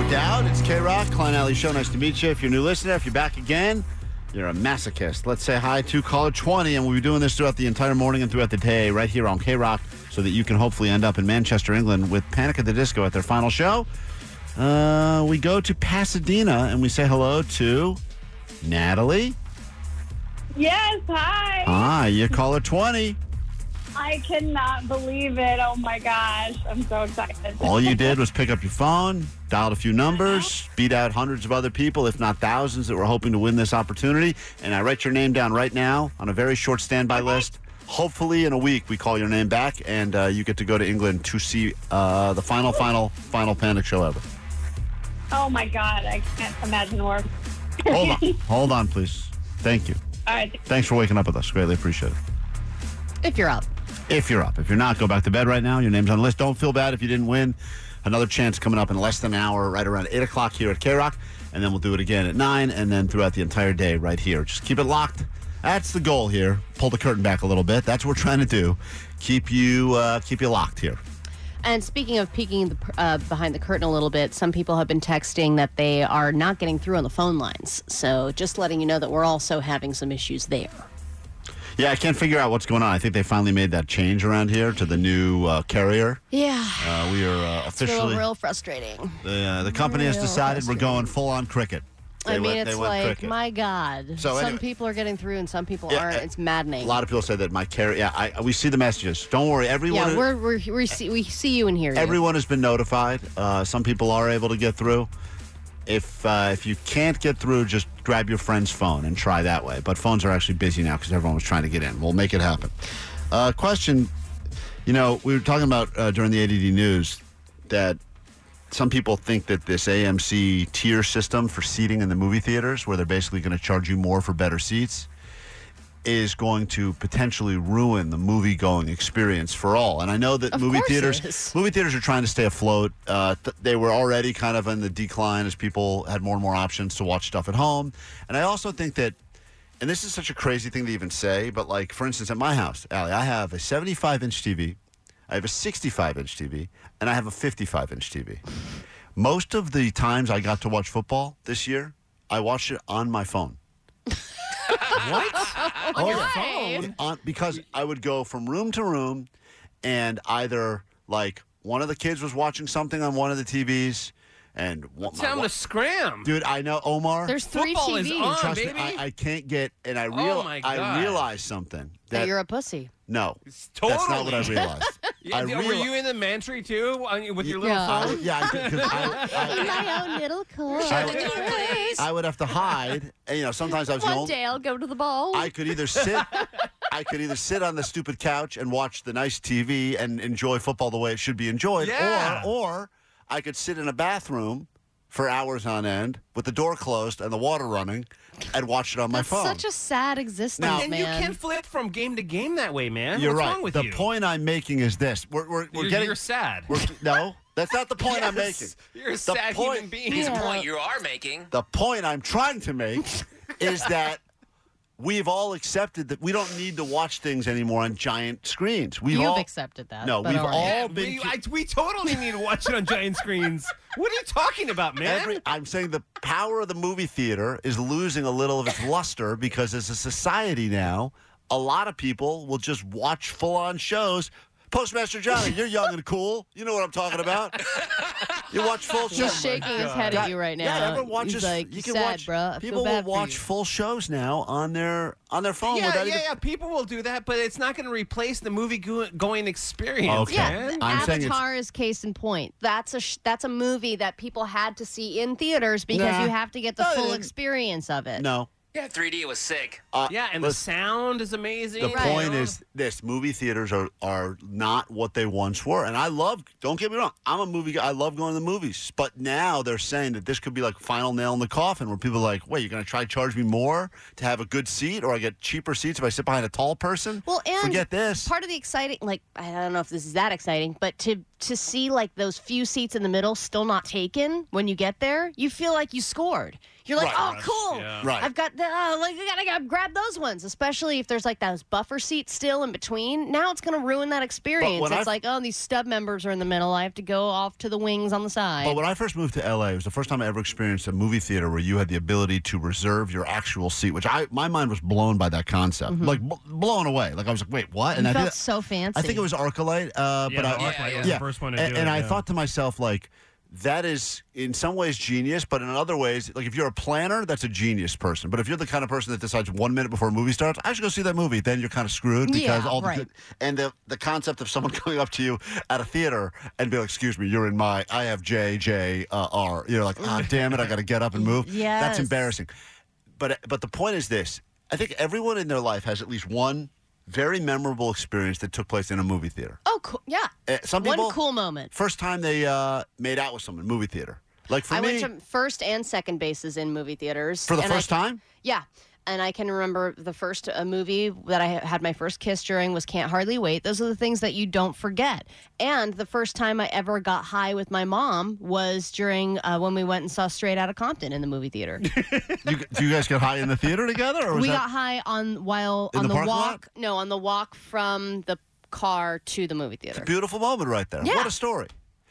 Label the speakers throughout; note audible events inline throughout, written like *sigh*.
Speaker 1: no doubt, it's K Rock, Klein Alley Show. Nice to meet you. If you're a new listener, if you're back again, you're a masochist. Let's say hi to caller 20, and we'll be doing this throughout the entire morning and throughout the day right here on K Rock so that you can hopefully end up in Manchester, England with Panic at the Disco at their final show. Uh, we go to Pasadena and we say hello to Natalie.
Speaker 2: Yes, hi.
Speaker 1: Ah, you're caller 20.
Speaker 2: I cannot believe it. Oh my gosh. I'm so excited.
Speaker 1: All you did was pick up your phone, dialed a few numbers, beat out hundreds of other people, if not thousands, that were hoping to win this opportunity. And I write your name down right now on a very short standby list. Hopefully, in a week, we call your name back and uh, you get to go to England to see uh, the final, final, final Panic show ever.
Speaker 2: Oh my god, I can't imagine worse.
Speaker 1: Hold on. Hold on, please. Thank you.
Speaker 2: All right.
Speaker 1: Thanks for waking up with us. Greatly appreciate it.
Speaker 3: If you're up.
Speaker 1: If you're up. If you're not, go back to bed right now. Your name's on the list. Don't feel bad if you didn't win. Another chance coming up in less than an hour, right around 8 o'clock here at K Rock. And then we'll do it again at 9 and then throughout the entire day right here. Just keep it locked. That's the goal here. Pull the curtain back a little bit. That's what we're trying to do. Keep you uh, keep you locked here.
Speaker 3: And speaking of peeking the, uh, behind the curtain a little bit, some people have been texting that they are not getting through on the phone lines. So just letting you know that we're also having some issues there.
Speaker 1: Yeah, I can't figure out what's going on. I think they finally made that change around here to the new uh, carrier.
Speaker 3: Yeah.
Speaker 1: Uh, we are uh,
Speaker 3: It's real,
Speaker 1: officially
Speaker 3: real frustrating.
Speaker 1: the, uh, the company has
Speaker 3: real
Speaker 1: decided we're
Speaker 3: frustrating.
Speaker 1: going full on cricket.
Speaker 3: I mean,
Speaker 1: went-
Speaker 3: it's
Speaker 1: went
Speaker 3: like,
Speaker 1: cricket.
Speaker 3: my God.
Speaker 1: So
Speaker 3: some
Speaker 1: anyway-
Speaker 3: people are getting through and some people
Speaker 1: Yeah,
Speaker 3: aren't.
Speaker 1: uh,
Speaker 3: It's maddening.
Speaker 1: A lot of people said that my carrier. Yeah, I, we see the messages. Don't worry, everyone.
Speaker 3: yeah, we're, we're, we see, we see you and hear you.
Speaker 1: everyone has been notified. Uh, some people are able to get through. If uh, if you can't get through, just grab your friend's phone and try that way. But phones are actually busy now because everyone was trying to get in. We'll make it happen. Uh, question: You know, we were talking about uh, during the ADD news that some people think that this AMC tier system for seating in the movie theaters, where they're basically going to charge you more for better seats, is going to potentially ruin the movie going experience for all. And I know that
Speaker 3: Of
Speaker 1: movie
Speaker 3: course it
Speaker 1: theaters
Speaker 3: is.
Speaker 1: movie theaters are trying to stay afloat. Uh, th- they were already kind of in the decline as people had more and more options to watch stuff at home. And I also think that and this is such a crazy thing to even say, but like for instance at my house, Allie, I have a 75 inch TV, I have a 65 inch TV, and I have a 55 inch TV. Most of the times I got to watch football this year, I watched it on my phone.
Speaker 3: *laughs*
Speaker 1: what? On your phone? because I would go from room to room and either like one of the kids was watching something on one of the TVs and one, my
Speaker 4: Time
Speaker 1: wa-
Speaker 4: to scram.
Speaker 1: Dude, I know Omar.
Speaker 3: There's three
Speaker 4: Football
Speaker 3: TVs.
Speaker 4: is on,
Speaker 1: Trust me,
Speaker 4: baby. Oh
Speaker 1: I, I can't get, and I real,
Speaker 4: my
Speaker 1: I
Speaker 4: God.
Speaker 1: realized something.
Speaker 3: that
Speaker 1: That
Speaker 3: you're a pussy.
Speaker 1: no,
Speaker 4: It's
Speaker 1: that's not what I
Speaker 4: totally-
Speaker 1: realized.
Speaker 4: *laughs* Yeah,
Speaker 1: I
Speaker 4: yeah,
Speaker 1: reali-
Speaker 4: were you in the mantry too on- with your little
Speaker 3: Yeah.
Speaker 4: phone?
Speaker 1: yeah, I, could- 'cause I,
Speaker 3: In my own
Speaker 1: *laughs*
Speaker 3: little car.
Speaker 1: I, I would have to hide. And, you know, sometimes I was the
Speaker 3: One
Speaker 1: only.
Speaker 3: day I'll go to the ball.
Speaker 1: I could either sit, I could either sit on the stupid couch and watch the nice TV and enjoy football the way it should be enjoyed,
Speaker 4: Yeah.
Speaker 1: or or I could sit in a bathroom for hours on end with the door closed and the water running and watch it on
Speaker 3: That's
Speaker 1: my phone.
Speaker 3: such a sad existence,
Speaker 1: Now-
Speaker 4: and
Speaker 3: Oh, man.
Speaker 4: you can flip from game to game that way, man.
Speaker 1: You're
Speaker 4: What's
Speaker 1: right.
Speaker 4: wrong with
Speaker 1: the
Speaker 4: you?
Speaker 1: point I'm making is this: we're we're, we're
Speaker 4: you're,
Speaker 1: getting
Speaker 4: you're sad.
Speaker 1: We're, no, that's not the point I'm
Speaker 4: *laughs* Yes,
Speaker 1: making.
Speaker 4: You're a
Speaker 1: The
Speaker 4: sad
Speaker 1: point-
Speaker 4: human being.
Speaker 3: Yeah.
Speaker 5: point you are making.
Speaker 1: The point I'm trying to
Speaker 4: *laughs*
Speaker 1: make is that we've all accepted that we don't need to watch things anymore on giant screens. We've
Speaker 3: You've
Speaker 1: all
Speaker 3: accepted that.
Speaker 1: No,
Speaker 3: but
Speaker 1: we've
Speaker 3: right.
Speaker 1: all
Speaker 4: Yeah,
Speaker 1: been
Speaker 4: we,
Speaker 1: ki-
Speaker 4: I- we totally need to watch it on giant screens. What are you talking about, man?
Speaker 1: every. I'm saying the power of the movie theater is losing a little of its luster because as a society now, a lot of people will just watch full-on shows. Postmaster Johnny, you're young and cool. You know what I'm talking about. You watch full shows.
Speaker 3: He's shaking his head at you right now.
Speaker 1: Yeah, everyone watches.
Speaker 3: He's like,
Speaker 1: you
Speaker 3: "You
Speaker 1: can
Speaker 3: sad,
Speaker 1: watch.
Speaker 3: bruh. I
Speaker 1: people
Speaker 3: feel bad
Speaker 1: will watch
Speaker 3: for you.
Speaker 1: full shows now on their on their phone.
Speaker 4: yeah, yeah,
Speaker 1: without even,
Speaker 4: yeah. People will do that, but it's not going to replace the movie go- going experience.
Speaker 1: Okay.
Speaker 3: Yeah,
Speaker 4: man.
Speaker 3: th-
Speaker 1: I'm saying it's-
Speaker 3: Avatar is case in point. That's a sh- that's a movie that people had to see in theaters because
Speaker 1: Nah.
Speaker 3: you have to get the
Speaker 1: No, they
Speaker 3: full
Speaker 1: didn't.
Speaker 3: experience of it.
Speaker 1: No,
Speaker 4: Yeah,
Speaker 5: 3D was sick.
Speaker 4: yeah, and the sound is amazing.
Speaker 1: Uh, The
Speaker 4: you
Speaker 1: point
Speaker 4: know?
Speaker 1: is this: movie theaters are are not what they once were. And I love. Don't get me wrong. I'm a movie. guy. I love going to the movies. But now they're saying that this could be like final nail in the coffin, where people are like, wait, you're going to try to charge me more to have a good seat, or I get cheaper seats if I sit behind a tall person.
Speaker 3: Well, and
Speaker 1: forget this.
Speaker 3: Part of the exciting, like I don't know if this is that exciting, but to to see like those few seats in the middle still not taken when you get there, you feel like you scored. You're like,
Speaker 1: Right.
Speaker 3: oh,
Speaker 1: Yes,
Speaker 3: cool.
Speaker 1: yeah. Right.
Speaker 3: I've got the uh, like I gotta, gotta grab those ones, especially if there's like those buffer seats still in between. Now it's gonna ruin that experience.
Speaker 1: when
Speaker 3: It's
Speaker 1: I've-
Speaker 3: like, oh, these stub members are in the middle. I have to go off to the wings on the side.
Speaker 1: But when I first moved to LA, it was the first time I ever experienced a movie theater where you had the ability to reserve your actual seat, which I my mind was blown by that concept, like bl- blown away. Like I was like, wait, what?
Speaker 3: Mm-hmm. you
Speaker 1: I
Speaker 3: felt
Speaker 1: did-
Speaker 3: so fancy.
Speaker 1: I think it was Arcalite, uh,
Speaker 6: Yeah,
Speaker 1: but I,
Speaker 6: the Arclight was the first one to
Speaker 1: and,
Speaker 6: do
Speaker 1: and
Speaker 6: it,
Speaker 1: I
Speaker 6: yeah.
Speaker 1: thought to myself, like, that is in some ways genius, but in other ways, like if you're a planner, that's a genius person. But if you're the kind of person that decides one minute before a movie starts, I should go see that movie, then you're kind of screwed because
Speaker 3: Yeah,
Speaker 1: all the
Speaker 3: right.
Speaker 1: good and the the concept of someone *laughs* coming up to you at a theater and be like, "Excuse me, you're in my I have J J uh, R." You're like, "Ah, damn it, I got to get up and move."
Speaker 3: *laughs* Yes.
Speaker 1: that's embarrassing but but the point is this: I think everyone in their life has at least one very memorable experience that took place in a movie theater.
Speaker 3: oh, cool. Yeah.
Speaker 1: Uh, some
Speaker 3: One
Speaker 1: people
Speaker 3: cool moment.
Speaker 1: first time they uh, made out with someone movie theater. Like for
Speaker 3: I
Speaker 1: me,
Speaker 3: went to first and second bases in movie theaters
Speaker 1: for the
Speaker 3: and I-
Speaker 1: first time,
Speaker 3: *laughs* Yeah. And I can remember the first uh, movie that I had my first kiss during was Can't Hardly Wait. Those are the things that you don't forget. And the first time I ever got high with my mom was during uh, when we went and saw Straight Outta Compton in the movie theater.
Speaker 1: you, do you guys get high in the theater together, or *laughs* was
Speaker 3: we
Speaker 1: that
Speaker 3: got high on while
Speaker 1: In
Speaker 3: on
Speaker 1: the
Speaker 3: the,
Speaker 1: parking lot?
Speaker 3: walk. No, on the walk from the car to the movie theater.
Speaker 1: beautiful moment right there?
Speaker 3: Yeah.
Speaker 1: What a story!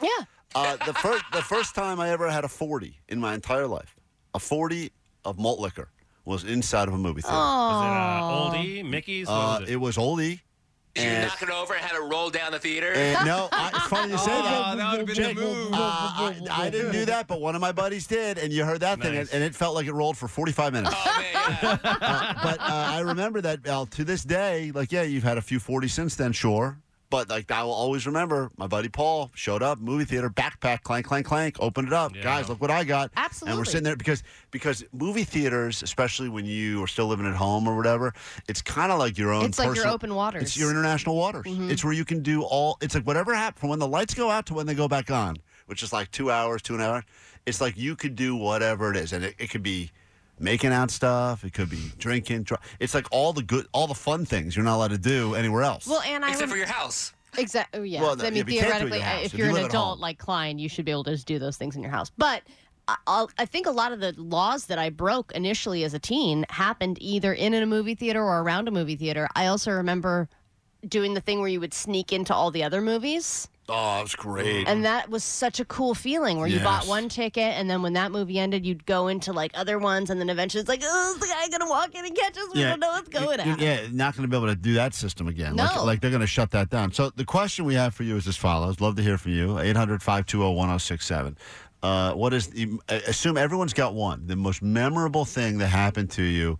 Speaker 3: Yeah.
Speaker 1: Uh, the first the first time I ever had a forty in my entire life, a forty of malt liquor was inside of a movie theater.
Speaker 6: Was it
Speaker 3: Oh.
Speaker 6: uh, Oldie, Mickey's? What
Speaker 1: Uh,
Speaker 6: was
Speaker 1: it was oldie.
Speaker 5: Did you
Speaker 1: And-
Speaker 5: knock it over and had to roll down the theater?
Speaker 1: And
Speaker 3: *laughs*
Speaker 1: no, I, it's funny you say that.
Speaker 4: Oh, that would have been the move.
Speaker 1: Uh, I, I didn't do that, but one of my buddies did, and you heard that thing, and,
Speaker 6: Nice.
Speaker 1: and it felt like it rolled for 45 minutes.
Speaker 5: Oh, man, yeah.
Speaker 1: Uh, *laughs* but uh, I remember that Al, to this day. Like, yeah, you've had a few 40 since then, sure. But like, I will always remember my buddy Paul showed up, movie theater, backpack, clank, clank, clank, opened it up.
Speaker 6: Yeah.
Speaker 1: Guys, look what I got. And we're
Speaker 3: Absolutely.
Speaker 1: sitting there because because movie theaters, especially when you are still living at home or whatever, it's kind of like your own.
Speaker 3: It's like your
Speaker 1: personal-
Speaker 3: open waters. Mm-hmm.
Speaker 1: It's your international waters. It's where you can do all. It's like whatever happened from when the lights go out to when they go back on, which is like two hours, two and a half. hours. It's like you could do whatever it is, and it, it could be making out stuff. It could be drinking. Dr- it's like all the good, all the fun things you're not allowed to do anywhere else.
Speaker 3: well, and I
Speaker 5: Except
Speaker 3: rem-
Speaker 5: for your house.
Speaker 3: Exactly. Yeah.
Speaker 1: Well,
Speaker 3: So, I
Speaker 1: no,
Speaker 3: mean,
Speaker 1: yeah, but you can't do it at your
Speaker 3: theoretically,
Speaker 1: house.
Speaker 3: if
Speaker 1: If you
Speaker 3: you're an
Speaker 1: live at
Speaker 3: adult
Speaker 1: home.
Speaker 3: like Klein, you should be able to do those things in your house. But I- I'll, I think a lot of the laws that I broke initially as a teen happened either in a movie theater or around a movie theater. I also remember doing the thing where you would sneak into all the other movies.
Speaker 1: oh, it's great.
Speaker 3: And that was such a cool feeling where you bought
Speaker 1: Yes.
Speaker 3: one ticket and then when that movie ended, you'd go into like other ones and then eventually it's like, oh, is the guy going to walk in and catch us? We don't know what's going
Speaker 1: you-
Speaker 3: on.
Speaker 1: Yeah, not going to be able to do that system again. Like,
Speaker 3: No.
Speaker 1: like they're going to shut that down. So the question we have for you is as follows. Love to hear from you. 800-520-1067. Uh, what is the, assume everyone's got one, the most memorable thing that happened to you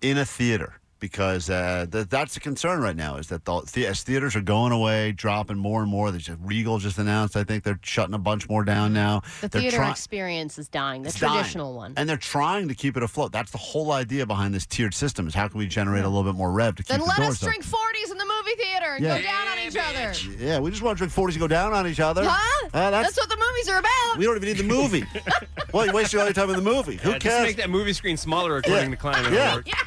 Speaker 1: in a theater because uh, th- that's the concern right now is that the, the, as theaters are going away, dropping more and more. There's just, Regal just announced, I think they're shutting a bunch more down now.
Speaker 3: The
Speaker 1: They're
Speaker 3: theater
Speaker 1: try-
Speaker 3: experience is dying, the
Speaker 1: it's dying.
Speaker 3: traditional one.
Speaker 1: And they're trying to keep it afloat. That's the whole idea behind this tiered system is how can we generate a little bit more rev to keep
Speaker 3: Then
Speaker 1: the
Speaker 3: let
Speaker 1: doors
Speaker 3: us drink 40s in the movie theater and
Speaker 1: Yeah.
Speaker 3: go down on each
Speaker 5: Yeah,
Speaker 3: other.
Speaker 1: open. Yeah, we just want to drink 40s and go down on each other.
Speaker 3: Huh?
Speaker 1: Uh, that's,
Speaker 3: that's, what the movies are about.
Speaker 1: we don't even need the
Speaker 3: *laughs*
Speaker 1: movie. well, you wasted all your time in the movie. Who
Speaker 4: Yeah, just
Speaker 1: cares?
Speaker 4: make that movie screen smaller according
Speaker 1: Yeah.
Speaker 4: to Klein. It'll
Speaker 1: Yeah.
Speaker 4: work.
Speaker 3: *laughs*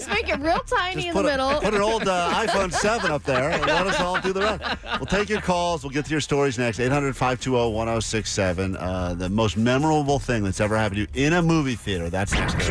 Speaker 3: Just make it real tiny
Speaker 1: Just
Speaker 3: in the
Speaker 1: put, a- *laughs*
Speaker 3: middle.
Speaker 1: put an old uh, iPhone 7 up there and let us all do the rest. We'll take your calls. We'll get to your stories next. 800 520 1067. Uh, The most memorable thing that's ever happened to you in a movie theater. That's next.